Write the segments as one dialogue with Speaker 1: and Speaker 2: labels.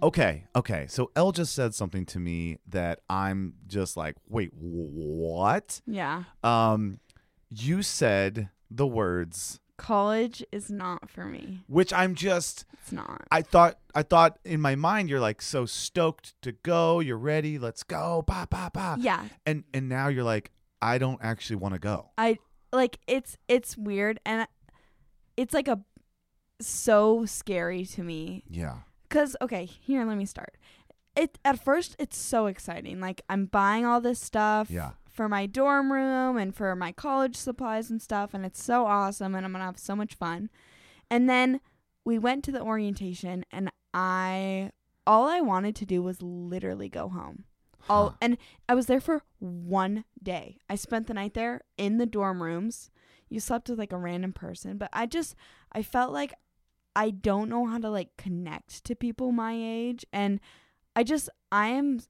Speaker 1: Okay, okay. So Elle just said something to me that I'm just like, wait, what?
Speaker 2: Yeah.
Speaker 1: Um, you said the words,
Speaker 2: College is not for me.
Speaker 1: which I'm just.
Speaker 2: It's not.
Speaker 1: I thought I thought in my mind you're like so stoked to go, you're ready, let's go, ba ba ba.
Speaker 2: yeah.
Speaker 1: And and now you're like, I don't actually want to go.
Speaker 2: I like it's it's weird and it's like a so scary to me
Speaker 1: Yeah.
Speaker 2: Cause okay, here let me start. It at first it's so exciting. Like I'm buying all this stuff
Speaker 1: Yeah.
Speaker 2: for my dorm room and for my college supplies and stuff, and it's so awesome, and I'm gonna have so much fun. And then we went to the orientation, and I all I wanted to do was literally go home. All
Speaker 1: Huh.
Speaker 2: and I was there for one day. I spent the night there in the dorm rooms. You slept with like a random person, but I just I felt like I don't know how to like connect to people my age and I just I am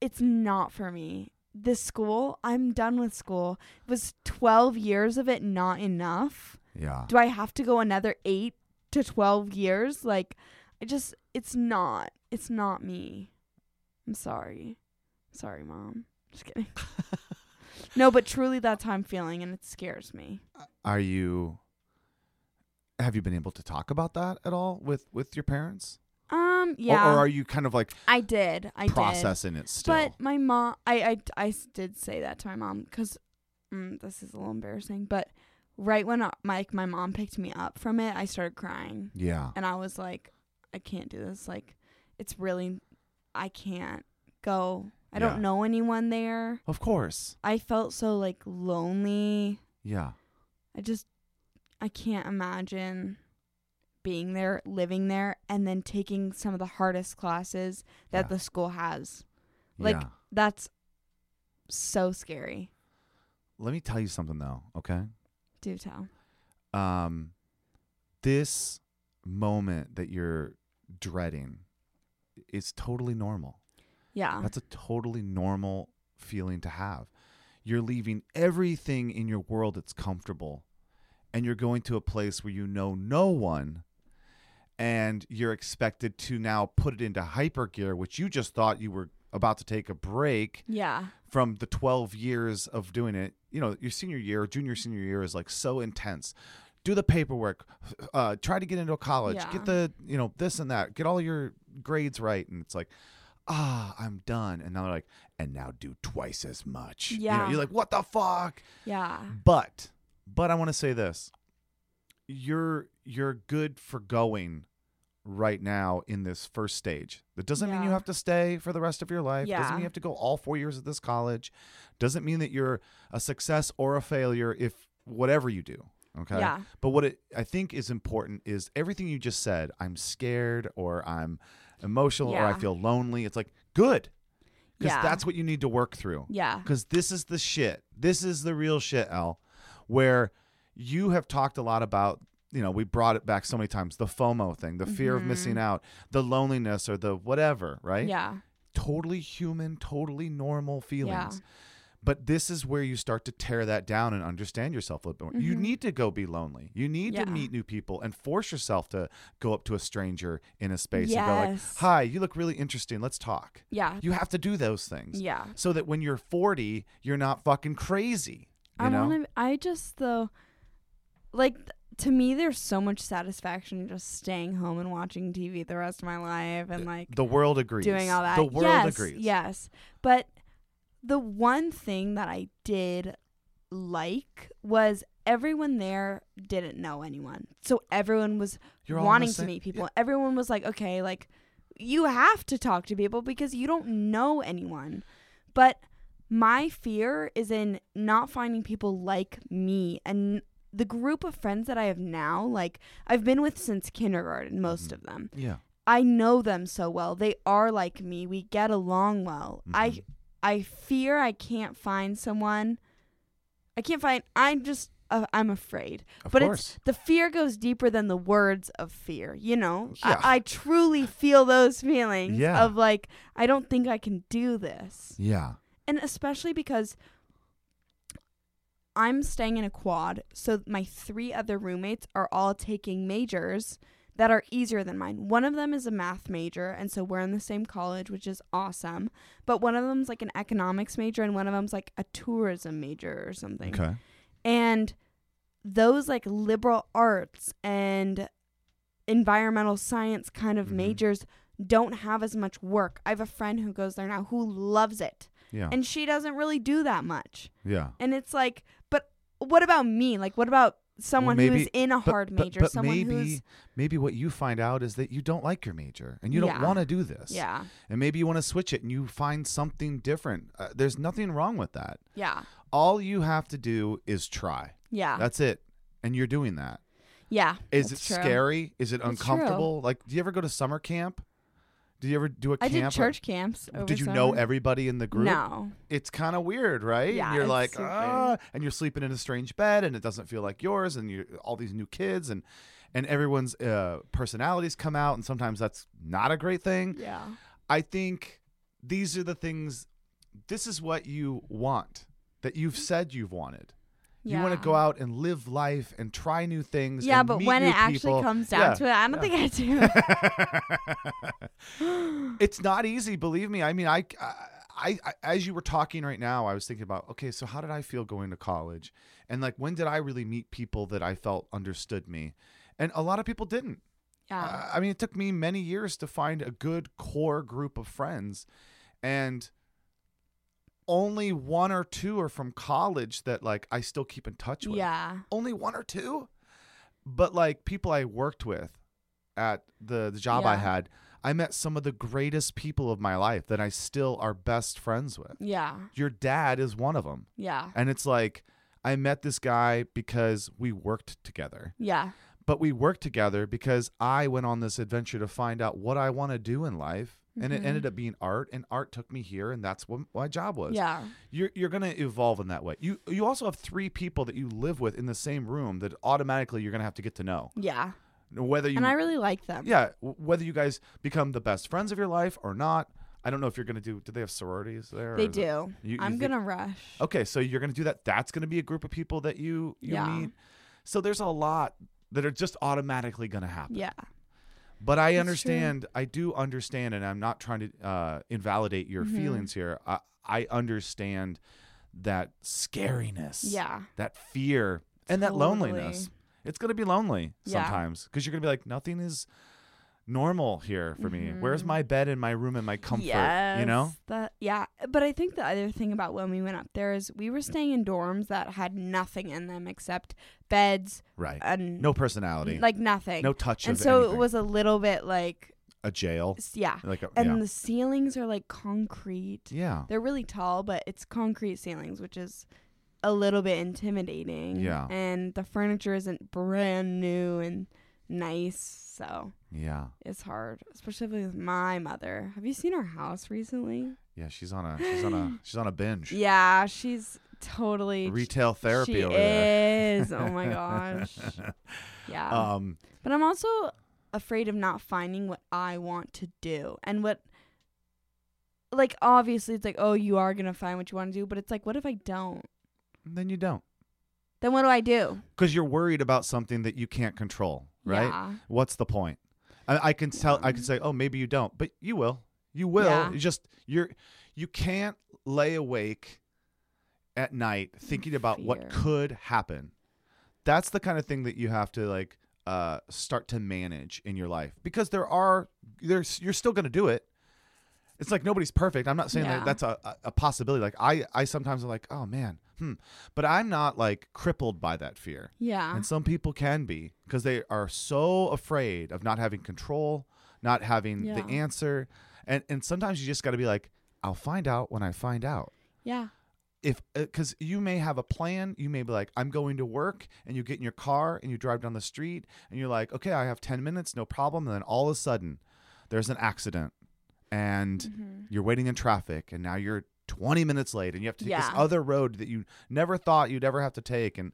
Speaker 2: it's not for me. This school, I'm done with school. Was 12 years of it not enough?
Speaker 1: Yeah.
Speaker 2: Do I have to go another 8 to 12 years? Like I just it's not. It's not me. I'm sorry. Sorry, mom. Just kidding. no, but truly that's how I'm feeling and it scares me.
Speaker 1: Are you have you been able to talk about that at all with with your parents?
Speaker 2: Um
Speaker 1: Or-
Speaker 2: yeah.
Speaker 1: Or, are you kind of like
Speaker 2: I did. I did.
Speaker 1: processing it still?
Speaker 2: But my mom, I, I, I s- did say that to my mom because mm, this is a little embarrassing. But right when uh, my my mom picked me up from it, I started crying,
Speaker 1: yeah.
Speaker 2: and I was like, I can't do this. Like, it's really, I can't go. I
Speaker 1: Yeah.
Speaker 2: don't know anyone there.
Speaker 1: Of course.
Speaker 2: I felt so like lonely.
Speaker 1: Yeah.
Speaker 2: I just, I can't imagine being there, living there, and then taking some of the hardest classes that
Speaker 1: Yeah.
Speaker 2: the school has. Like,
Speaker 1: yeah.
Speaker 2: That's so scary.
Speaker 1: Let me tell you something though, okay?
Speaker 2: Do tell.
Speaker 1: um, this moment that you're dreading is totally normal.
Speaker 2: Yeah.
Speaker 1: That's a totally normal feeling to have. You're leaving everything in your world that's comfortable and you're going to a place where you know no one and you're expected to now put it into hyper gear, which you just thought you were about to take a break
Speaker 2: yeah.
Speaker 1: from the 12 years of doing it you know your senior year junior senior year is like so intense do the paperwork uh, try to get into college
Speaker 2: Yeah.
Speaker 1: get the you know this and that get all your grades right and it's like ah i'm done and now they're like and now do twice as much You know,
Speaker 2: Yeah.
Speaker 1: you're like what the fuck
Speaker 2: Yeah.
Speaker 1: but but i want to say this you're you're good for going right now in this first stage. That doesn't mean you
Speaker 2: Yeah.
Speaker 1: have to stay for the rest of your life. Doesn't
Speaker 2: Yeah.
Speaker 1: mean you have to go all four years at this college. Doesn't mean that you're a success or a failure if whatever you do. Okay.
Speaker 2: Yeah.
Speaker 1: But what it I think is important is everything you just said, I'm scared or I'm emotional or I
Speaker 2: Yeah.
Speaker 1: feel lonely. It's like good. Because
Speaker 2: Yeah.
Speaker 1: that's what you need to work through.
Speaker 2: Yeah.
Speaker 1: Because this is the shit. This is the real shit, Al, where you have talked a lot about, you know, we brought it back so many times the FOMO thing, the fear of missing out, the loneliness or the whatever, right?
Speaker 2: Mm-hmm. Yeah.
Speaker 1: Totally human, totally normal feelings. But this is where you start to tear that down and understand yourself a little bit more. You need to go be lonely. You need
Speaker 2: Mm-hmm. Yeah.
Speaker 1: to meet new people and force yourself to go up to a stranger in a space and go like,
Speaker 2: Yes.
Speaker 1: "Hi, you look really interesting. Let's talk."
Speaker 2: Yeah.
Speaker 1: You have to do those things
Speaker 2: Yeah.
Speaker 1: so that when you're 40, you're not fucking crazy. You
Speaker 2: I
Speaker 1: know?
Speaker 2: want to. I just though, like th- to me, there's so much satisfaction in just staying home and watching TV the rest of my life, and like
Speaker 1: the world agrees.
Speaker 2: doing all that.
Speaker 1: The world
Speaker 2: yes,
Speaker 1: agrees.
Speaker 2: Yes. But the one thing that I did like was everyone there didn't know anyone. So everyone was
Speaker 1: You're all in the
Speaker 2: wanting to
Speaker 1: same-
Speaker 2: meet people. Everyone was like, okay, like you have to talk to people because you don't know anyone. But my fear is in not finding people like me and the group of friends that I have now, like I've been with since kindergarten,
Speaker 1: Mm-hmm.
Speaker 2: most of them.
Speaker 1: Yeah.
Speaker 2: I know them so well. They are like me. We get along well.
Speaker 1: Mm-hmm.
Speaker 2: I I fear I can't find someone. I can't find. I'm just. Uh, I'm afraid.
Speaker 1: Of
Speaker 2: but
Speaker 1: course.
Speaker 2: it's the fear goes deeper than the words of fear. You know.
Speaker 1: Yeah.
Speaker 2: I, I truly feel those feelings
Speaker 1: Yeah.
Speaker 2: of like I don't think I can do this
Speaker 1: Yeah.
Speaker 2: and especially because I'm staying in a quad, so my three other roommates are all taking majors that are easier than mine. One of them is a math major, and so we're in the same college, which is awesome. But one of them's like an economics major, and one of them's like a tourism major or something.
Speaker 1: Okay.
Speaker 2: And those like liberal arts and environmental science kind of
Speaker 1: Mhm.
Speaker 2: majors don't have as much work. I have a friend who goes there now who loves it,
Speaker 1: Yeah.
Speaker 2: and she doesn't really do that much.
Speaker 1: yeah.
Speaker 2: And it's like, but what about me? Like, what about someone who is
Speaker 1: maybe-
Speaker 2: in a hard major? someone
Speaker 1: maybe
Speaker 2: who's
Speaker 1: maybe what you find out is that you don't like your major and you don't
Speaker 2: Yeah.
Speaker 1: want to do this.
Speaker 2: yeah,
Speaker 1: And maybe you want to switch it and you find something different. Uh, there's nothing wrong with that.
Speaker 2: yeah,
Speaker 1: All you have to do is try.
Speaker 2: yeah,
Speaker 1: That's it. And you're doing that.
Speaker 2: yeah.
Speaker 1: Is
Speaker 2: that's
Speaker 1: it
Speaker 2: true.
Speaker 1: scary? Is it
Speaker 2: That's
Speaker 1: uncomfortable? Like, do you ever go to summer camp? Do you ever do a
Speaker 2: I
Speaker 1: camp?
Speaker 2: did church camps. Over
Speaker 1: Did you
Speaker 2: summer.
Speaker 1: know everybody in the group?
Speaker 2: No.
Speaker 1: It's kind of weird, right?
Speaker 2: Yeah,
Speaker 1: and you're
Speaker 2: it's
Speaker 1: like,
Speaker 2: super.
Speaker 1: ah, and you're sleeping in a strange bed, and it doesn't feel like yours, and you all these new kids, and and everyone's uh, personalities come out, and sometimes that's not a great thing.
Speaker 2: Yeah.
Speaker 1: I think these are the things. This is what you want that you've said you've wanted. You want to
Speaker 2: Mm-hmm. Yeah.
Speaker 1: go out and live life and try new things.
Speaker 2: Yeah,
Speaker 1: and
Speaker 2: but
Speaker 1: meet
Speaker 2: when
Speaker 1: new
Speaker 2: it actually
Speaker 1: people.
Speaker 2: comes down
Speaker 1: Yeah,
Speaker 2: to it, I don't think I do.
Speaker 1: it's not easy, believe me. I mean, I, I, I, as you were talking right now, I was thinking about, okay, so how did I feel going to college? And like, when did I really meet people that I felt understood me? And a lot of people didn't.
Speaker 2: yeah.
Speaker 1: I I mean, it took me many years to find a good core group of friends, and only one or two are from college that like I still keep in touch with.
Speaker 2: Yeah.
Speaker 1: Only one or two, but like people I worked with at the the job I
Speaker 2: Yeah.
Speaker 1: had, I met some of the greatest people of my life that I still are best friends with.
Speaker 2: Yeah.
Speaker 1: Your dad is one of them,
Speaker 2: Yeah.
Speaker 1: and it's like I met this guy because we worked together
Speaker 2: Yeah.
Speaker 1: but we worked together because I went on this adventure to find out what I want to do in life. And it
Speaker 2: Mhm.
Speaker 1: ended up being art, and art took me here, and that's what my job was.
Speaker 2: Yeah.
Speaker 1: You're, you're going to evolve in that way. You, you also have three people that you live with in the same room that automatically you're going to have to get to know.
Speaker 2: Yeah.
Speaker 1: Whether you,
Speaker 2: And I really like them.
Speaker 1: yeah, w- whether you guys become the best friends of your life or not. I don't know if you're going to do, do they have sororities there? or
Speaker 2: They
Speaker 1: is it-
Speaker 2: do.
Speaker 1: You- you
Speaker 2: I'm
Speaker 1: think-
Speaker 2: going to rush.
Speaker 1: Okay, so you're going to do that. That's going to be a group of people that you, you
Speaker 2: Yeah.
Speaker 1: meet. So there's a lot that are just automatically going to happen.
Speaker 2: Yeah.
Speaker 1: But I
Speaker 2: That's true.
Speaker 1: understand. I do understand, and I'm not trying to uh, invalidate your
Speaker 2: Mhm.
Speaker 1: feelings here. I, I understand that scariness,
Speaker 2: Yeah.
Speaker 1: that fear, and that loneliness.
Speaker 2: Totally.
Speaker 1: It's gonna be lonely
Speaker 2: Yeah.
Speaker 1: sometimes because you're gonna be like, nothing is normal here for me. Where's
Speaker 2: Mhm.
Speaker 1: my bed and my room and my comfort? You know?
Speaker 2: Yes, That, yeah. But I think the other thing about when we went up there is we were staying in dorms that had nothing in them except beds
Speaker 1: Right.
Speaker 2: and
Speaker 1: No personality.
Speaker 2: Uh, like nothing.
Speaker 1: no touch
Speaker 2: and
Speaker 1: of
Speaker 2: so
Speaker 1: anything.
Speaker 2: it was a little bit like,
Speaker 1: a jail.
Speaker 2: s- yeah.
Speaker 1: Like a,
Speaker 2: And
Speaker 1: yeah.
Speaker 2: the ceilings are like concrete.
Speaker 1: yeah.
Speaker 2: They're really tall, but it's concrete ceilings, which is a little bit intimidating.
Speaker 1: Yeah.
Speaker 2: And the furniture isn't brand new and nice, so
Speaker 1: Yeah.
Speaker 2: it's hard, especially with my mother. Have you seen her house recently?
Speaker 1: Yeah. She's on a she's on a she's on a binge.
Speaker 2: Yeah, she's totally
Speaker 1: Retail therapy
Speaker 2: she
Speaker 1: over there.
Speaker 2: is. Oh my gosh. Yeah.
Speaker 1: Um,
Speaker 2: But I'm also afraid of not finding what I want to do and what like obviously it's like oh you are going to find what you want to do but it's like what if I don't?
Speaker 1: then you don't.
Speaker 2: Then what do I do?
Speaker 1: Because you're worried about something that you can't control, right?
Speaker 2: Yeah.
Speaker 1: What's the point? I, I can tell. I can say, oh, maybe you don't, but you will. You will.
Speaker 2: Mm. Yeah.
Speaker 1: You just you're you can't lay awake at night thinking about
Speaker 2: Fear.
Speaker 1: what could happen. That's the kind of thing that you have to like uh, start to manage in your life because there are there's you're still gonna do it. It's like nobody's perfect. I'm not saying
Speaker 2: Yeah.
Speaker 1: that that's a, a, a possibility. Like I I sometimes am like, oh man, hmm. But I'm not like crippled by that fear.
Speaker 2: Yeah.
Speaker 1: And some people can be because they are so afraid of not having control, not having the
Speaker 2: Yeah.
Speaker 1: answer. And and sometimes you just got to be like, I'll find out when I find out.
Speaker 2: yeah.
Speaker 1: If because you may have a plan, you may be like, I'm going to work, and you get in your car and you drive down the street, and you're like, okay, I have ten minutes, no problem. And then all of a sudden, there's an accident, and
Speaker 2: Mhm.
Speaker 1: you're waiting in traffic and now you're 20 minutes late and you have to take this
Speaker 2: Yeah.
Speaker 1: other road that you never thought you'd ever have to take and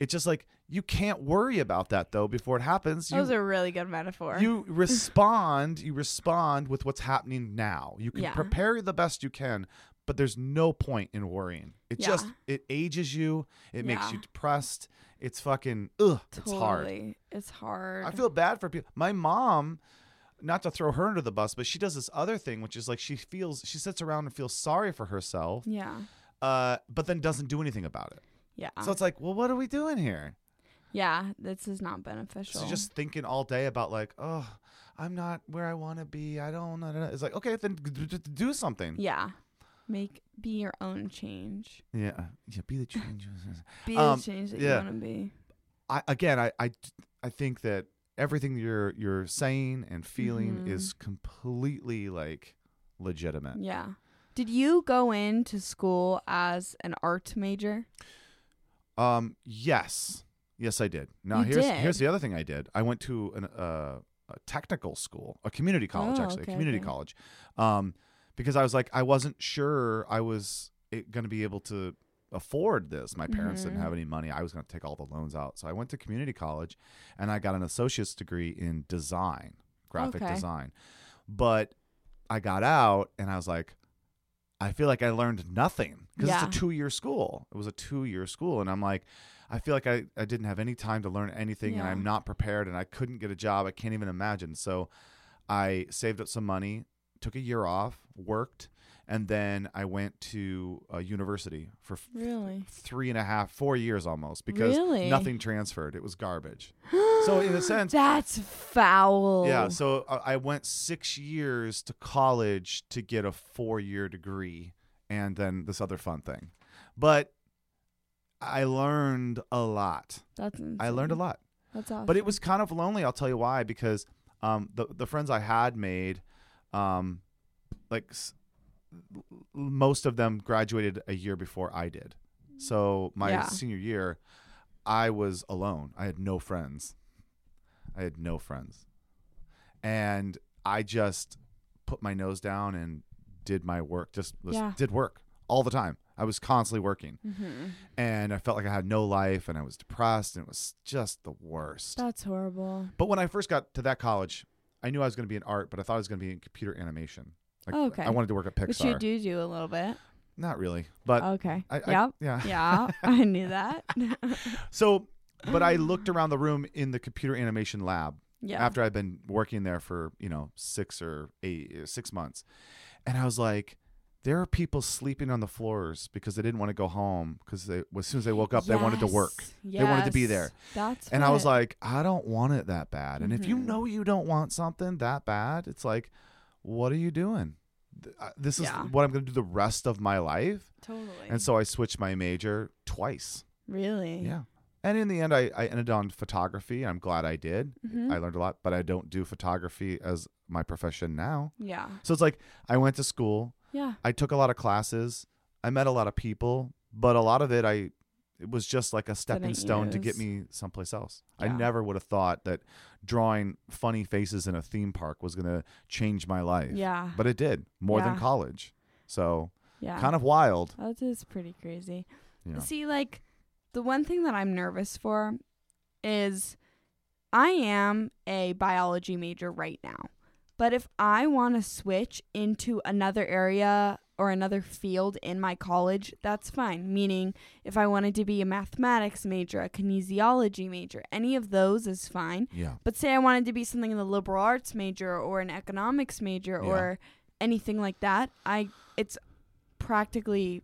Speaker 1: It's just like you can't worry about that though before it happens.
Speaker 2: That was
Speaker 1: You
Speaker 2: a really good metaphor.
Speaker 1: you respond, you respond with what's happening now. You can
Speaker 2: Yeah.
Speaker 1: prepare the best you can, but there's no point in worrying. It
Speaker 2: Yeah.
Speaker 1: just it ages you. It makes you
Speaker 2: Yeah.
Speaker 1: depressed. It's fucking ugh, it's hard.
Speaker 2: Totally. It's hard.
Speaker 1: I feel bad for people. My mom, not to throw her under the bus, but she does this other thing, which is like she feels she sits around and feels sorry for herself,
Speaker 2: yeah.
Speaker 1: uh, but then doesn't do anything about it.
Speaker 2: Yeah.
Speaker 1: So it's like, well, what are we doing here?
Speaker 2: yeah. This is not beneficial.
Speaker 1: So just thinking all day about like, oh, I'm not where I want to be. I don't. know. It's like, okay, then d- d- d- do something.
Speaker 2: yeah. Make be your own change.
Speaker 1: Yeah, uh, yeah. Be the change.
Speaker 2: Be
Speaker 1: Um,
Speaker 2: the change that
Speaker 1: yeah.
Speaker 2: you want to be.
Speaker 1: I again, I, I, I think that everything you're you're saying and feeling
Speaker 2: Mhm.
Speaker 1: is completely like legitimate.
Speaker 2: Yeah. Did you go into school as an art major?
Speaker 1: Um, yes, yes, I did. Now
Speaker 2: You
Speaker 1: here's
Speaker 2: did?
Speaker 1: here's the other thing I did. I went to an, uh, a technical school, a community college,
Speaker 2: Oh,
Speaker 1: actually,
Speaker 2: okay,
Speaker 1: a community
Speaker 2: okay.
Speaker 1: college, um, because I was like, I wasn't sure I was going to be able to afford this. My parents
Speaker 2: Mhm.
Speaker 1: didn't have any money. I was going to take all the loans out, so I went to community college, and I got an associate's degree in design, graphic
Speaker 2: Okay.
Speaker 1: design. But I got out, and I was like, I feel like I learned nothing because
Speaker 2: Yeah.
Speaker 1: it's a two year school. It was a two year school. And I'm like, I feel like I, I didn't have any time to learn anything and
Speaker 2: Yeah.
Speaker 1: I'm not prepared and I couldn't get a job. I can't even imagine. So I saved up some money, took a year off, worked, and then I went to a university for f-
Speaker 2: Really?
Speaker 1: three and a half, four years almost because
Speaker 2: Really?
Speaker 1: nothing transferred. It was garbage. So in a sense-
Speaker 2: that's foul.
Speaker 1: Yeah. So uh, I I went six years to college to get a four year degree and then this other fun thing. But I learned a lot.
Speaker 2: that's
Speaker 1: I learned a
Speaker 2: insane.
Speaker 1: lot.
Speaker 2: That's awesome.
Speaker 1: But it was kind of lonely. I'll tell you why. Because um, the, the friends I had made, um, like s- most of them graduated a year before I did. So my
Speaker 2: Yeah.
Speaker 1: senior year, I was alone. I had no friends. I had no friends. And I just put my nose down and did my work, just, just
Speaker 2: Yeah.
Speaker 1: did work all the time. I was constantly working
Speaker 2: Mhm.
Speaker 1: and I felt like I had no life and I was depressed and it was just the worst.
Speaker 2: That's horrible.
Speaker 1: But when I first got to that college, I knew I was going to be in art, but I thought I was going to be in computer animation. Like,
Speaker 2: Oh, okay.
Speaker 1: I wanted to work at
Speaker 2: Which you
Speaker 1: Pixar.
Speaker 2: do Oh, do a little bit.
Speaker 1: Not really, but
Speaker 2: okay.
Speaker 1: I, I-
Speaker 2: yep.
Speaker 1: yeah.
Speaker 2: yeah, I knew that.
Speaker 1: So, but I looked around the room in the computer animation lab
Speaker 2: yeah.
Speaker 1: after I'd been working there for you know six or eight six months, and I was like. There are people sleeping on the floors because they didn't want to go home because they, as soon as they woke up, they wanted to work.
Speaker 2: Yes,
Speaker 1: They wanted to be
Speaker 2: yes.
Speaker 1: there.
Speaker 2: That's
Speaker 1: And I was
Speaker 2: right.
Speaker 1: like, I don't want it that bad. And if you
Speaker 2: Mhm.
Speaker 1: know you don't want something that bad, it's like, what are you doing? Th- uh, This is
Speaker 2: Yeah.
Speaker 1: what I'm going to do the rest of my life.
Speaker 2: totally.
Speaker 1: And so I switched my major twice.
Speaker 2: really,
Speaker 1: Yeah. And in the end, I, I ended on photography. I'm glad I did.
Speaker 2: Mhm.
Speaker 1: I learned a lot, but I don't do photography as my profession now.
Speaker 2: yeah,
Speaker 1: So it's like, I went to school,
Speaker 2: yeah,
Speaker 1: I took a lot of classes, I met a lot of people, but a lot of it I it was just like a stepping
Speaker 2: Didn't
Speaker 1: stone to get
Speaker 2: use.
Speaker 1: me someplace else. I
Speaker 2: Yeah.
Speaker 1: never would have thought that drawing funny faces in a theme park was going to change my life.
Speaker 2: yeah,
Speaker 1: But it did, more than
Speaker 2: Yeah.
Speaker 1: college. So,
Speaker 2: yeah.
Speaker 1: kind of wild.
Speaker 2: that is pretty crazy.
Speaker 1: Yeah.
Speaker 2: See, like the one thing that I'm nervous for is I am a biology major right now. But if I want to switch into another area or another field in my college, that's fine. Meaning, if I wanted to be a mathematics major, a kinesiology major, any of those is fine.
Speaker 1: Yeah.
Speaker 2: But say I wanted to be something in the liberal arts major or an economics major
Speaker 1: Yeah.
Speaker 2: or anything like that, I it's practically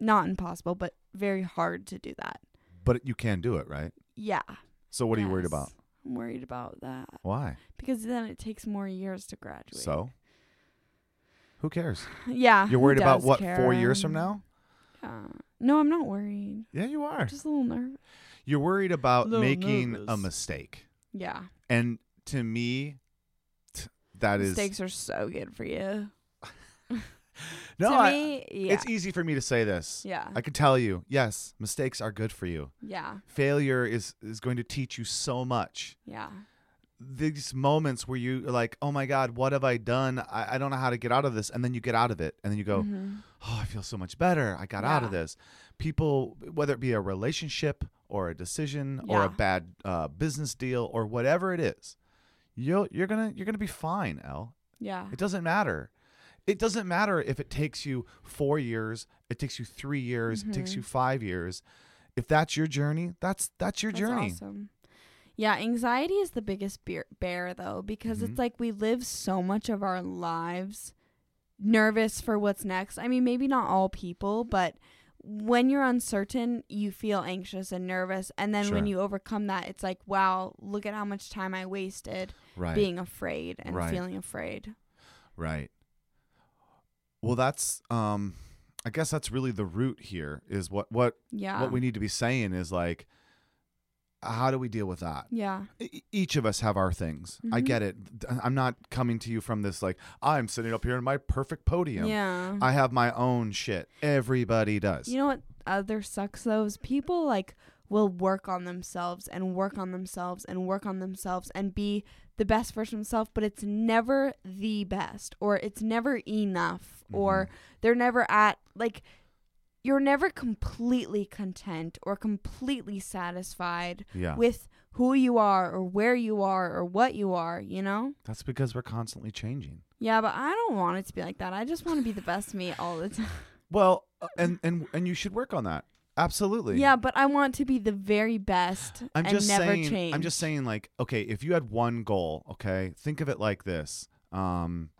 Speaker 2: not impossible, but very hard to do that.
Speaker 1: But you can do it, right?
Speaker 2: Yeah.
Speaker 1: So what are you worried
Speaker 2: yes.
Speaker 1: about?
Speaker 2: I'm worried about that
Speaker 1: Why?
Speaker 2: because then it takes more years to graduate.
Speaker 1: So who cares?
Speaker 2: yeah,
Speaker 1: You're
Speaker 2: who
Speaker 1: worried about
Speaker 2: does
Speaker 1: what
Speaker 2: care?
Speaker 1: 4 years from now?
Speaker 2: Yeah. No, I'm not worried.
Speaker 1: Yeah, you are.
Speaker 2: Just a little nervous.
Speaker 1: You're worried about
Speaker 2: Little
Speaker 1: making a
Speaker 2: nervous.
Speaker 1: mistake.
Speaker 2: Yeah,
Speaker 1: And to me, t- that is
Speaker 2: mistakes are so good for you.
Speaker 1: no.
Speaker 2: to
Speaker 1: I-
Speaker 2: me, yeah,
Speaker 1: It's easy for me to say this.
Speaker 2: yeah,
Speaker 1: I can tell you, yes, mistakes are good for you.
Speaker 2: yeah,
Speaker 1: Failure is is going to teach you so much.
Speaker 2: yeah,
Speaker 1: these moments where you are like, oh my God, what have I done? I, I don't know how to get out of this. And then you get out of it. And then you go,
Speaker 2: Mhm.
Speaker 1: oh, I feel so much better. I got out of
Speaker 2: Yeah.
Speaker 1: this. People, whether it be a relationship or a decision or
Speaker 2: Yeah.
Speaker 1: a bad uh, business deal or whatever it is, you'll, you're gonna you're gonna be fine, El.
Speaker 2: Yeah.
Speaker 1: It doesn't matter. It doesn't matter if it takes you four years, it takes you three years, it takes
Speaker 2: Mhm.
Speaker 1: you five years. If that's your journey, that's that's your
Speaker 2: That's
Speaker 1: journey.
Speaker 2: awesome. Yeah, anxiety is the biggest bear, bear though, because
Speaker 1: Mhm.
Speaker 2: it's like we live so much of our lives nervous for what's next. I mean, maybe not all people, but when you're uncertain, you feel anxious and nervous. And then when
Speaker 1: Sure.
Speaker 2: you overcome that, it's like, wow, look at how much time I wasted
Speaker 1: Right.
Speaker 2: being afraid and
Speaker 1: Right.
Speaker 2: feeling afraid.
Speaker 1: Right. Well, that's um I guess that's really the root here is what what
Speaker 2: Yeah.
Speaker 1: what we need to be saying is like how do we deal with that?
Speaker 2: yeah.
Speaker 1: E- Each of us have our things. I
Speaker 2: Mhm.
Speaker 1: get it. I'm not coming to you from this like I'm sitting up here in my perfect podium.
Speaker 2: Yeah.
Speaker 1: I have my own shit. Everybody does.
Speaker 2: You know what other sucks though is people like will work on themselves and work on themselves and work on themselves and be the best version of themselves, but it's never the best or it's never enough or they're never at like you're never completely content or completely satisfied
Speaker 1: yeah.
Speaker 2: with who you are or where you are or what you are, you know?
Speaker 1: That's because we're constantly changing.
Speaker 2: Yeah, but I don't want it to be like that. I just want to be the best me all the time.
Speaker 1: Well, uh, and and and you should work on that. Absolutely.
Speaker 2: Yeah, but I want to be the very best
Speaker 1: I'm
Speaker 2: and
Speaker 1: just
Speaker 2: never
Speaker 1: saying.
Speaker 2: change.
Speaker 1: I'm just saying. Like, okay, if you had one goal, okay, think of it like this. Um,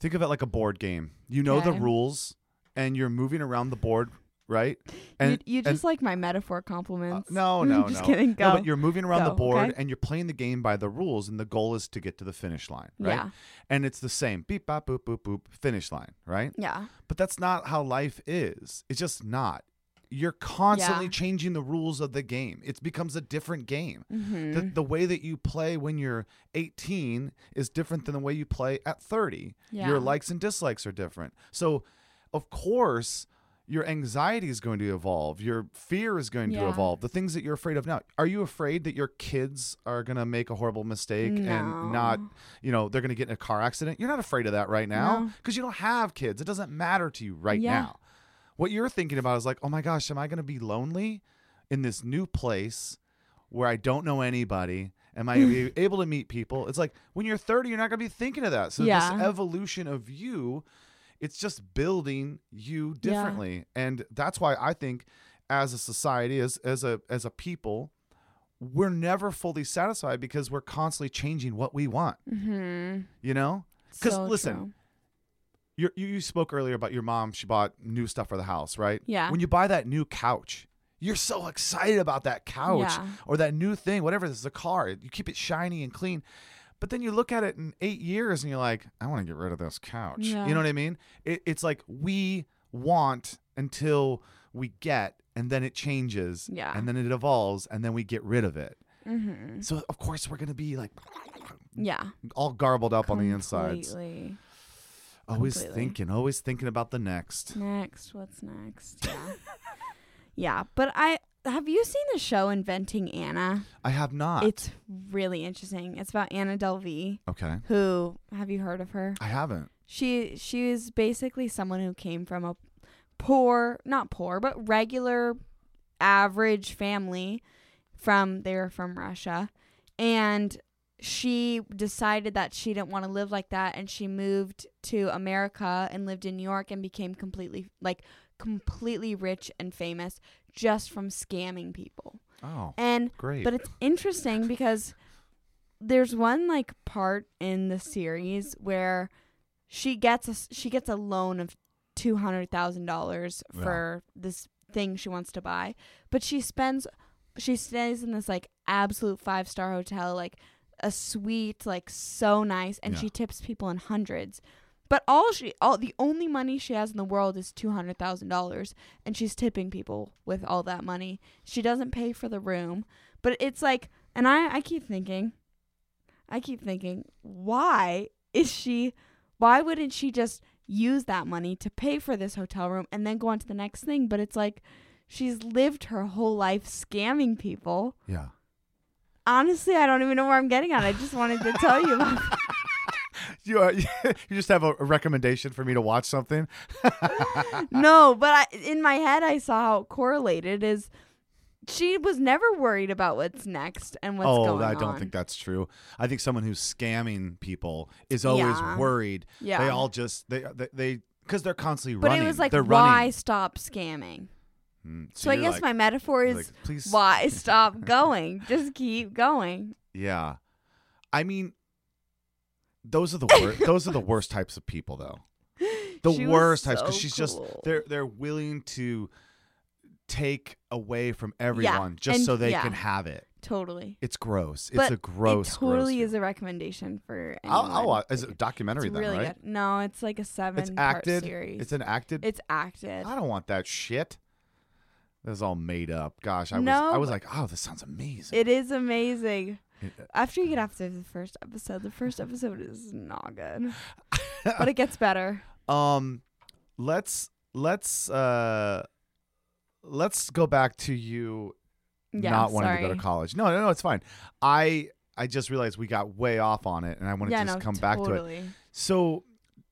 Speaker 1: think of it like a board game. You know the
Speaker 2: Okay.
Speaker 1: rules, and you're moving around the board, right? And
Speaker 2: you, you
Speaker 1: and-
Speaker 2: just like my metaphor
Speaker 1: uh,
Speaker 2: compliments.
Speaker 1: no, no,
Speaker 2: just
Speaker 1: no.
Speaker 2: kidding. Go.
Speaker 1: No, but you're moving around the
Speaker 2: Go,
Speaker 1: board,
Speaker 2: okay?
Speaker 1: and you're playing the game by the rules, and the goal is to get to the finish line, right?
Speaker 2: Yeah,
Speaker 1: And it's the same beep, bop, boop, boop, boop, finish line, right?
Speaker 2: yeah,
Speaker 1: But that's not how life is. It's just not. You're constantly
Speaker 2: Yeah.
Speaker 1: changing the rules of the game. It becomes a different game.
Speaker 2: hmm
Speaker 1: The, the way that you play when you're 18 is different than the way you play at 30.
Speaker 2: Yeah.
Speaker 1: Your likes and dislikes are different. So, of course, your anxiety is going to evolve. Your fear is going to
Speaker 2: Yeah.
Speaker 1: evolve. The things that you're afraid of now. Are you afraid that your kids are going to make a horrible mistake and not,
Speaker 2: No.
Speaker 1: you know, they're going to get in a car accident? You're not afraid of that right now
Speaker 2: No.
Speaker 1: because you don't have kids. It doesn't matter to you right
Speaker 2: Yeah.
Speaker 1: now. What you're thinking about is like, oh my gosh, am I going to be lonely in this new place where I don't know anybody? Am I gonna be able to meet people? It's like when you're 30, you're not going to be thinking of that. So this
Speaker 2: Yeah.
Speaker 1: evolution of you, it's just building you
Speaker 2: Yeah.
Speaker 1: differently, and that's why I think, as a society, as as a as a people, we're never fully satisfied because we're constantly changing what we want.
Speaker 2: hmm
Speaker 1: You know, 'Cause
Speaker 2: So
Speaker 1: listen,
Speaker 2: true.
Speaker 1: You're, you you spoke earlier about your mom. She bought new stuff for the house, right?
Speaker 2: Yeah.
Speaker 1: When you buy that new couch, you're so excited about that couch
Speaker 2: Yeah.
Speaker 1: or that new thing, whatever. This is a car. You keep it shiny and clean, but then you look at it in eight years and you're like, I want to get rid of this couch.
Speaker 2: Yeah.
Speaker 1: You know what I mean? It, it's like we want until we get, and then it changes,
Speaker 2: Yeah.
Speaker 1: and then it evolves, and then we get rid of it.
Speaker 2: Mhm.
Speaker 1: So of course we're gonna be like
Speaker 2: yeah,
Speaker 1: all garbled up on the insides,
Speaker 2: Completely.
Speaker 1: always
Speaker 2: Completely.
Speaker 1: thinking, always thinking about the next.
Speaker 2: Next, what's next? Yeah, yeah. But I have you seen the show Inventing Anna?
Speaker 1: I have not.
Speaker 2: It's really interesting. It's about Anna Delvey,
Speaker 1: okay.
Speaker 2: who have you heard of her?
Speaker 1: I haven't.
Speaker 2: She she is basically someone who came from a poor, not poor, but regular, average family. From they were from Russia, and she decided that she didn't want to live like that, and she moved to America and lived in New York and became completely like completely rich and famous just from scamming people.
Speaker 1: Oh,
Speaker 2: And
Speaker 1: great.
Speaker 2: but it's interesting because there's one like part in the series where she gets a, s- she gets a loan of two hundred thousand dollars
Speaker 1: Yeah.
Speaker 2: for this thing she wants to buy, but she spends she stays in this like absolute five star hotel, like a suite, like so nice, and
Speaker 1: Yeah.
Speaker 2: she tips people in hundreds. But all she all the only money she has in the world is two hundred thousand dollars, and she's tipping people with all that money. She doesn't pay for the room, but it's like, and I I keep thinking, I keep thinking, why is she? Why wouldn't she just use that money to pay for this hotel room and then go on to the next thing? But it's like, she's lived her whole life scamming people.
Speaker 1: yeah.
Speaker 2: honestly, I don't even know where I'm getting at. I just wanted to tell you about
Speaker 1: You uh, you just have a, a recommendation for me to watch something.
Speaker 2: no, but I, in my head, I saw how it correlated. Is she was never worried about what's next and what's
Speaker 1: oh,
Speaker 2: going
Speaker 1: I don't
Speaker 2: on.
Speaker 1: think that's true. I think someone who's scamming people is always
Speaker 2: Yeah.
Speaker 1: worried.
Speaker 2: Yeah,
Speaker 1: They all just they they- they because they're constantly
Speaker 2: but
Speaker 1: running.
Speaker 2: it was like,
Speaker 1: they're
Speaker 2: why
Speaker 1: running.
Speaker 2: stop scamming?
Speaker 1: Mm,
Speaker 2: So, I
Speaker 1: you're
Speaker 2: guess
Speaker 1: like-
Speaker 2: my metaphor
Speaker 1: you're
Speaker 2: is
Speaker 1: like, please.
Speaker 2: why stop going? Just keep going.
Speaker 1: Yeah, I mean, those are the worst. those are the worst types of people, though. The
Speaker 2: She was
Speaker 1: worst types
Speaker 2: so
Speaker 1: she's
Speaker 2: cool.
Speaker 1: just they're they're willing to take away from everyone just
Speaker 2: and-
Speaker 1: so they
Speaker 2: yeah.
Speaker 1: can have it.
Speaker 2: totally.
Speaker 1: It's gross. It's
Speaker 2: But
Speaker 1: a gross.
Speaker 2: it
Speaker 1: gross
Speaker 2: totally
Speaker 1: feel.
Speaker 2: is a recommendation for.
Speaker 1: I'll,
Speaker 2: Anyone.
Speaker 1: I'll watch. Is
Speaker 2: Like,
Speaker 1: it a documentary
Speaker 2: it's
Speaker 1: then,
Speaker 2: really
Speaker 1: right?
Speaker 2: good. No, it's like a seven
Speaker 1: It's
Speaker 2: part
Speaker 1: acted.
Speaker 2: series.
Speaker 1: It's an acted.
Speaker 2: It's acted.
Speaker 1: I don't want that shit. That was all made up. Gosh, I was I
Speaker 2: No.
Speaker 1: was like, oh, this sounds amazing.
Speaker 2: It is amazing.
Speaker 1: It-
Speaker 2: After you get after the first episode, the first episode is not good, but it gets better.
Speaker 1: um, let's let's uh, let's go back to you
Speaker 2: Yeah,
Speaker 1: not
Speaker 2: sorry.
Speaker 1: wanting to go to college. No, no, no, it's fine. I I just realized we got way off on it, and I wanted
Speaker 2: yeah,
Speaker 1: to just
Speaker 2: no,
Speaker 1: come back to it.
Speaker 2: totally.
Speaker 1: So,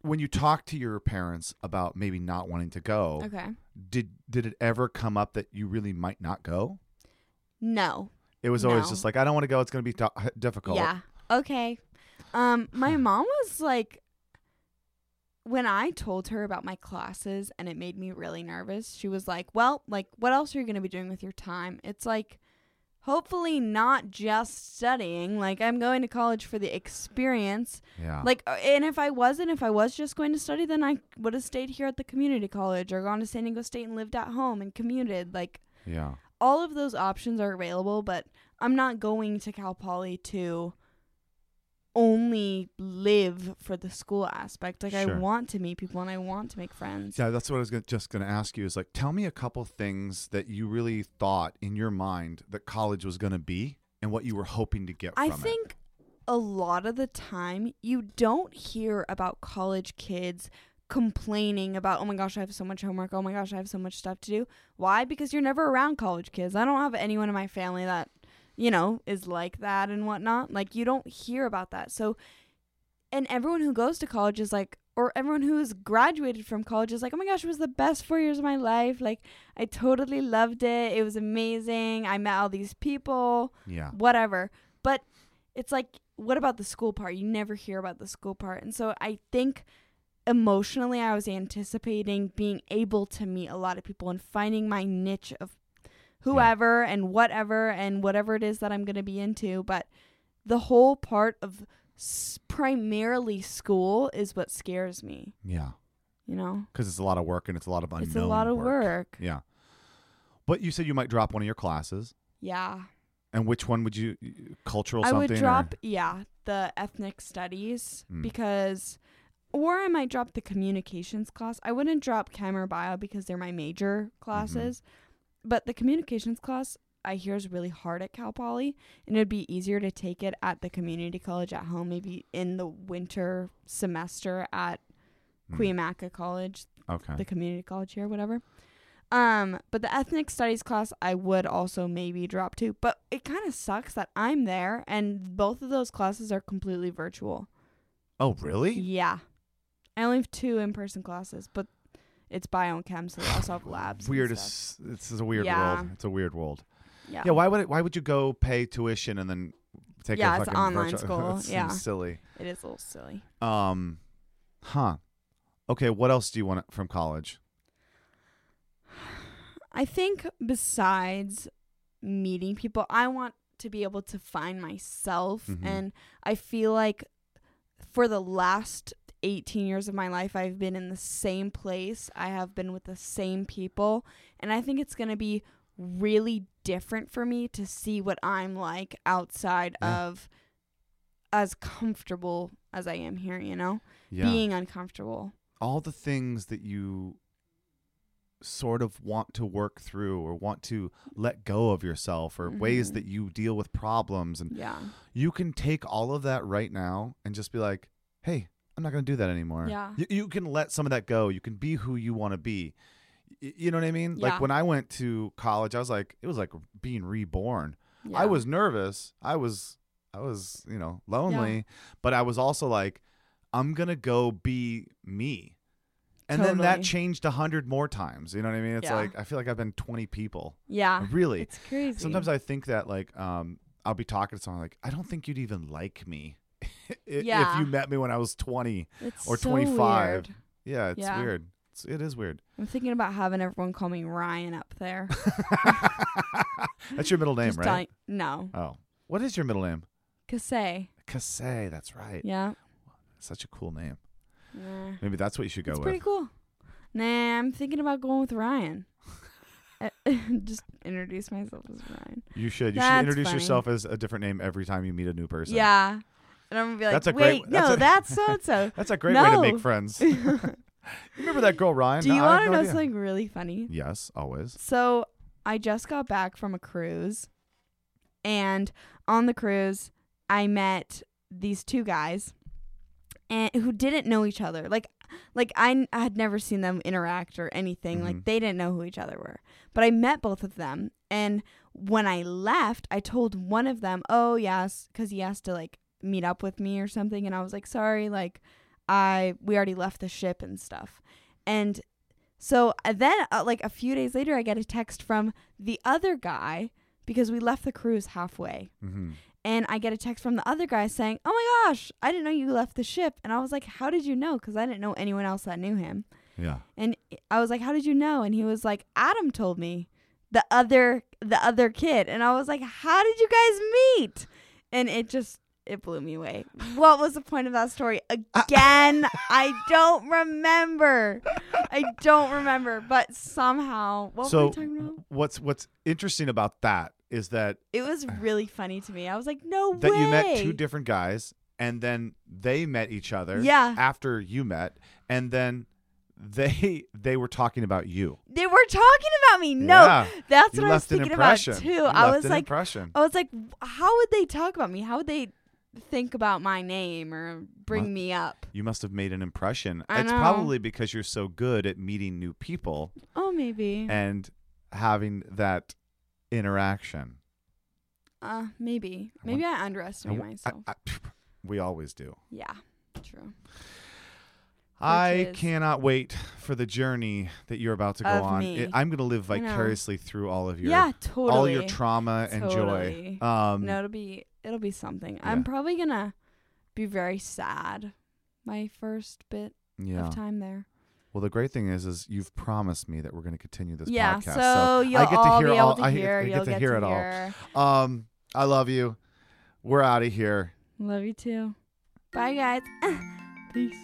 Speaker 1: when you talked to your parents about maybe not wanting to go,
Speaker 2: Okay.
Speaker 1: did did it ever come up that you really might not go?
Speaker 2: No.
Speaker 1: It was always
Speaker 2: No.
Speaker 1: just like, I don't want to go. It's going to be do- difficult.
Speaker 2: Yeah. Okay. Um, my mom was like, when I told her about my classes and it made me really nervous, she was like, "Well, like, what else are you gonna be doing with your time?" It's like, hopefully not just studying. Like, I'm going to college for the experience.
Speaker 1: Yeah.
Speaker 2: Like, uh, and if I wasn't, if I was just going to study, then I would have stayed here at the community college or gone to San Diego State and lived at home and commuted. Like,
Speaker 1: yeah.
Speaker 2: all of those options are available, but I'm not going to Cal Poly to only live for the school aspect. Like, I
Speaker 1: Sure.
Speaker 2: want to meet people and I want to make friends.
Speaker 1: Yeah, that's what I was gonna, just going to ask you is like, tell me a couple things that you really thought in your mind that college was going to be and what you were hoping to get
Speaker 2: I
Speaker 1: from
Speaker 2: think a lot of the time you don't hear about college kids complaining about, oh my gosh, I have so much homework. Oh my gosh, I have so much stuff to do. Why? Because you're never around college kids. I don't have anyone in my family that, you know, is like that and whatnot. Like, you don't hear about that. So, and everyone who goes to college is like, or everyone who has graduated from college is like, oh my gosh, it was the best four years of my life. Like, I totally loved it. It was amazing. I met all these people
Speaker 1: it. Yeah.
Speaker 2: whatever. But it's like, what about the school part? You never hear about the school part. And so I think emotionally, I was anticipating being able to meet a lot of people and finding my niche of whoever and whatever and whatever it is that I'm going to be into. But the whole part of s- primarily school is what scares me,
Speaker 1: Yeah.
Speaker 2: you know?
Speaker 1: Because it's a lot of work and it's a lot of unknown
Speaker 2: It's a lot of work.
Speaker 1: Yeah. But you said you might drop one of your classes.
Speaker 2: Yeah.
Speaker 1: And which one would you, cultural
Speaker 2: I
Speaker 1: something?
Speaker 2: would
Speaker 1: or-
Speaker 2: drop, yeah, the ethnic studies
Speaker 1: Mm.
Speaker 2: because, or I might drop the communications class. I wouldn't drop chem or bio because they're my major
Speaker 1: Mm-hmm.
Speaker 2: classes, but the communications class I hear is really hard at Cal Poly, and it'd be easier to take it at the community college at home, maybe in the winter semester at
Speaker 1: Mm.
Speaker 2: Cuyamaca College,
Speaker 1: okay.
Speaker 2: the community college here, whatever. Um, but the ethnic studies class I would also maybe drop too. But it kind of sucks that I'm there and both of those classes are completely virtual.
Speaker 1: oh, really?
Speaker 2: Yeah. I only have two in person classes, but it's bio and chem, so they also have labs. and
Speaker 1: Weird.
Speaker 2: stuff.
Speaker 1: Is, this is a weird
Speaker 2: Yeah.
Speaker 1: world. It's a weird world.
Speaker 2: Yeah.
Speaker 1: Yeah. Why would it, why would you go pay tuition and then take
Speaker 2: Yeah,
Speaker 1: a
Speaker 2: it's
Speaker 1: fucking
Speaker 2: online
Speaker 1: virtual-
Speaker 2: school,
Speaker 1: That seems
Speaker 2: yeah.
Speaker 1: Silly.
Speaker 2: It is a little silly.
Speaker 1: Um, huh. Okay, what else do you want from college?
Speaker 2: I think besides meeting people, I want to be able to find myself.
Speaker 1: Mhm.
Speaker 2: And I feel like for the last 18 years of my life, I've been in the same place. I have been with the same people. And I think it's going to be really different for me to see what I'm like outside
Speaker 1: Yeah.
Speaker 2: of as comfortable as I am here, you know?
Speaker 1: Yeah,
Speaker 2: Being uncomfortable.
Speaker 1: all the things that you sort of want to work through or want to let go of yourself or ways
Speaker 2: Mhm.
Speaker 1: that you deal with problems and
Speaker 2: Yeah.
Speaker 1: you can take all of that right now and just be like, "Hey, I'm not going to do that anymore."
Speaker 2: Yeah.
Speaker 1: You, you can let some of that go. You can be who you want to be. Y- You know what I mean?
Speaker 2: Yeah.
Speaker 1: Like when I went to college, I was like, it was like being reborn.
Speaker 2: Yeah.
Speaker 1: I was nervous. I was I was, you know, lonely, but I was also like I'm going to go be me. And then that
Speaker 2: Totally.
Speaker 1: changed a hundred more times. You know what I mean? It's
Speaker 2: Yeah.
Speaker 1: like I feel like I've been twenty people.
Speaker 2: Yeah.
Speaker 1: Really.
Speaker 2: It's crazy.
Speaker 1: Sometimes I think that like um I'll be talking to someone like I don't think you'd even like me i- if
Speaker 2: Yeah.
Speaker 1: you met me when I was 20.
Speaker 2: It's
Speaker 1: or
Speaker 2: so
Speaker 1: 25.
Speaker 2: weird.
Speaker 1: Yeah, it's
Speaker 2: Yeah.
Speaker 1: weird. It's, it is weird.
Speaker 2: I'm thinking about having everyone call me Ryan up there.
Speaker 1: that's your middle name,
Speaker 2: Just
Speaker 1: right?
Speaker 2: telling- no.
Speaker 1: oh. What is your middle name?
Speaker 2: Kasey.
Speaker 1: Kasey, that's right.
Speaker 2: Yeah.
Speaker 1: Such a cool name.
Speaker 2: Nah.
Speaker 1: Maybe that's what you should go
Speaker 2: It's pretty
Speaker 1: with.
Speaker 2: cool. Nah, I'm thinking about going with Ryan. Uh, Just introduce myself as Ryan.
Speaker 1: You should. You should
Speaker 2: That's
Speaker 1: introduce
Speaker 2: funny.
Speaker 1: yourself as a different name every time you meet a new person.
Speaker 2: Yeah. And I'm gonna be like,
Speaker 1: That's a great-
Speaker 2: wait,
Speaker 1: that's
Speaker 2: no,
Speaker 1: a-
Speaker 2: that's so and so.
Speaker 1: That's a great way to make
Speaker 2: No.
Speaker 1: friends.
Speaker 2: Do
Speaker 1: you
Speaker 2: you
Speaker 1: remember that girl Ryan? No, I have
Speaker 2: want to
Speaker 1: no
Speaker 2: know
Speaker 1: idea.
Speaker 2: something really funny?
Speaker 1: Yes, always.
Speaker 2: So I just got back from a cruise, and on the cruise, I met these two guys, and who didn't know each other. Like, like I, n- I had never seen them interact or anything.
Speaker 1: Mhm.
Speaker 2: Like they didn't know who each other were. But I met both of them, and when I left, I told one of them, "Oh yes," because he has to like meet up with me or something, and I was like, "Sorry, like I we already left the ship and stuff," and so uh, then, uh, like a few days later, I get a text from the other guy because we left the cruise halfway.
Speaker 1: hmm
Speaker 2: And I get a text from the other guy saying, Oh my gosh, I didn't know you left the ship. And I was like, How did you know? Because I didn't know anyone else that knew him.
Speaker 1: Yeah.
Speaker 2: And I was like, How did you know? And he was like, Adam told me the other the other kid. And I was like, How did you guys meet? And it just it blew me away. What was the point of that story? Again, I don't remember. I don't remember. But somehow what were
Speaker 1: so
Speaker 2: we talking about?
Speaker 1: what's what's interesting about that is that
Speaker 2: It was really funny to me. I was like, No
Speaker 1: that
Speaker 2: way.
Speaker 1: you met two different guys and then they met each other
Speaker 2: Yeah.
Speaker 1: after you met and then they they were talking about you.
Speaker 2: They were talking about me. No,
Speaker 1: Yeah.
Speaker 2: that's
Speaker 1: you
Speaker 2: what I was
Speaker 1: left an
Speaker 2: thinking about
Speaker 1: impression.
Speaker 2: too.
Speaker 1: You
Speaker 2: I
Speaker 1: left
Speaker 2: was
Speaker 1: an
Speaker 2: like,
Speaker 1: impression.
Speaker 2: I was like, "W- how would they talk about me? How would they think about my name or bring
Speaker 1: Must-
Speaker 2: me up?
Speaker 1: You must have made an impression.
Speaker 2: I
Speaker 1: it's
Speaker 2: know.
Speaker 1: probably because you're so good at meeting new people
Speaker 2: Oh, maybe.
Speaker 1: and having that interaction.
Speaker 2: Uh, maybe.
Speaker 1: I
Speaker 2: Maybe I
Speaker 1: I
Speaker 2: underestimate
Speaker 1: w- I-
Speaker 2: myself.
Speaker 1: I- we always do.
Speaker 2: yeah, true.
Speaker 1: I
Speaker 2: is-
Speaker 1: cannot wait for the journey that you're about to go
Speaker 2: Of
Speaker 1: on.
Speaker 2: me.
Speaker 1: It- I'm going to live
Speaker 2: I know.
Speaker 1: vicariously through all of your
Speaker 2: yeah, totally.
Speaker 1: all your trauma and
Speaker 2: Totally.
Speaker 1: joy. Um,
Speaker 2: no, it'll be it'll be something.
Speaker 1: Yeah.
Speaker 2: I'm probably gonna be very sad. My first bit
Speaker 1: yeah.
Speaker 2: of time there.
Speaker 1: Well, the great thing is, is you've promised me that we're going to continue this
Speaker 2: yeah,
Speaker 1: podcast.
Speaker 2: so you'll
Speaker 1: I get to
Speaker 2: all
Speaker 1: hear
Speaker 2: be
Speaker 1: all-
Speaker 2: able
Speaker 1: I
Speaker 2: to
Speaker 1: get-
Speaker 2: hear.
Speaker 1: I get
Speaker 2: you'll
Speaker 1: to
Speaker 2: get
Speaker 1: hear
Speaker 2: to
Speaker 1: it all.
Speaker 2: hear.
Speaker 1: um, I love you. We're out of here.
Speaker 2: Love you too. Bye, guys. Peace.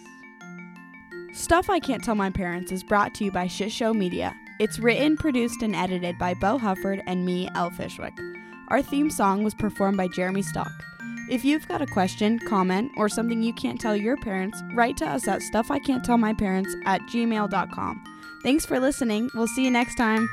Speaker 2: Stuff I Can't Tell My Parents is brought to you by Shit Show Media. It's written, produced, and edited by Bo Hufford and me, Elle Fishwick. Our theme song was performed by Jeremy Stock. If you've got a question, comment, or something you can't tell your parents, write to us at stufficantellmyparents at gmail.com. Thanks for listening. We'll see you next time.